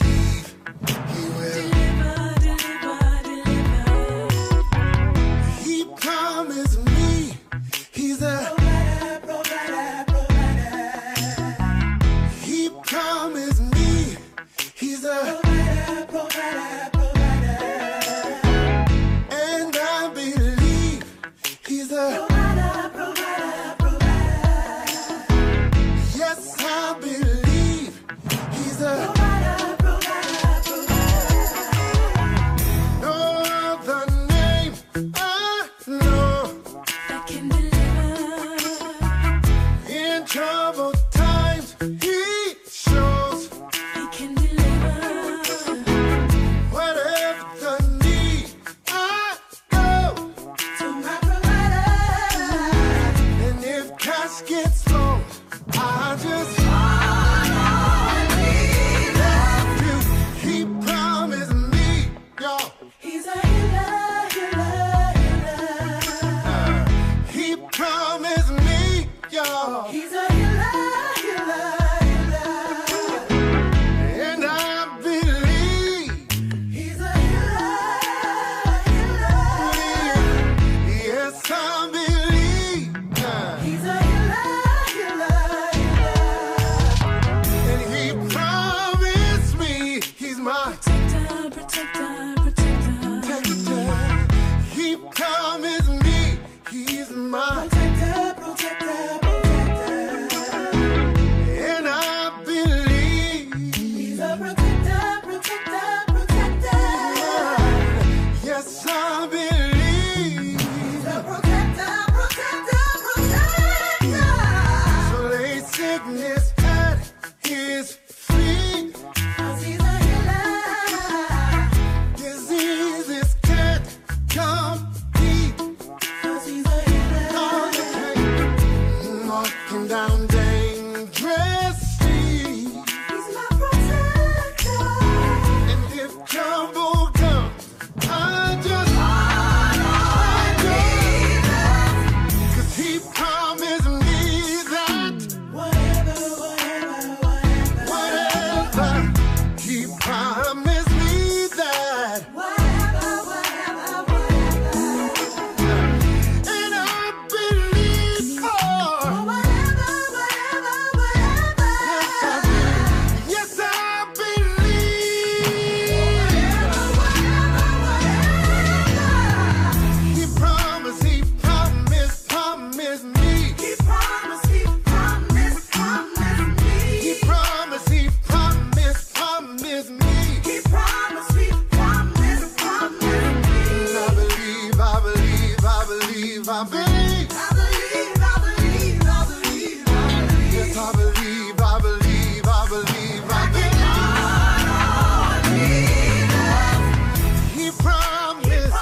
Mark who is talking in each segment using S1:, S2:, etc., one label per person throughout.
S1: He will.
S2: Deliver, deliver, deliver.
S1: He promised me he's a He promised me he's a And I believe he's a Yes, I believe he's a No other name I know.
S2: I can deliver.
S1: In troubled times, he shows
S2: I can deliver.
S1: whatever the need. I go,
S2: To my provider.
S1: and if cash gets low, I just refuse. He promised me, y'all.
S2: He's a healer, healer, healer.
S1: He promised me, y'all,
S2: He's a healer, healer, healer.
S1: and I believe.
S2: He's a healer,
S1: Yes, I believe.
S2: healer. He's a healer, healer,
S1: And he promised me he's my
S2: healer. Protector, protector, protector.
S1: He promised me he's mine,
S2: Protector, protector, protector.
S1: and I believe.
S2: He's a protector, protector, protector.
S1: Yes, I believe.
S2: The protector, protector, protector.
S1: So lay sickness at his feet.
S2: 'Cause he's a healer.
S1: Diseases can't compete.
S2: Cause he's a healer.
S1: Oh, you can't. Walking down dangerous streets.
S2: He's my protector.
S1: And if trouble comes, I just Cause he promised me that
S2: Whatever, whatever, whatever,
S1: whatever he promised me that
S2: whatever, whatever, whatever.
S1: and I believe for
S2: Whatever, whatever, whatever.
S1: Yes I believe He promised he promised promised me
S2: He promised, he promised, promised
S1: He
S2: me.
S1: promised he promised promised me
S2: He promised, he promised, promised me.
S1: I believe, I believe, I believe, I believe.
S2: I believe, I believe, I
S1: Yes, I believe,
S2: believe, I believe.
S1: I believe, I believe, I believe. He promised,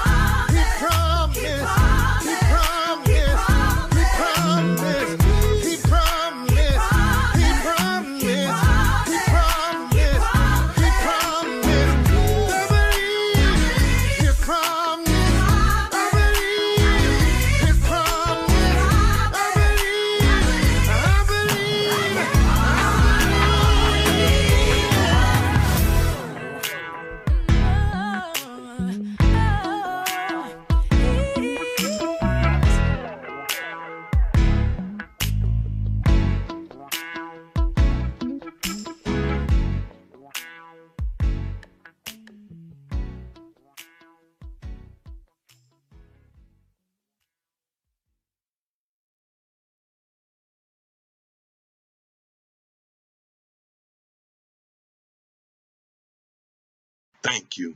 S1: he promised, he promised, he promised, he promised, he promised, he promised, he promised. I believe, he promised. I believe his promise. I believe. I believe.
S3: Thank you.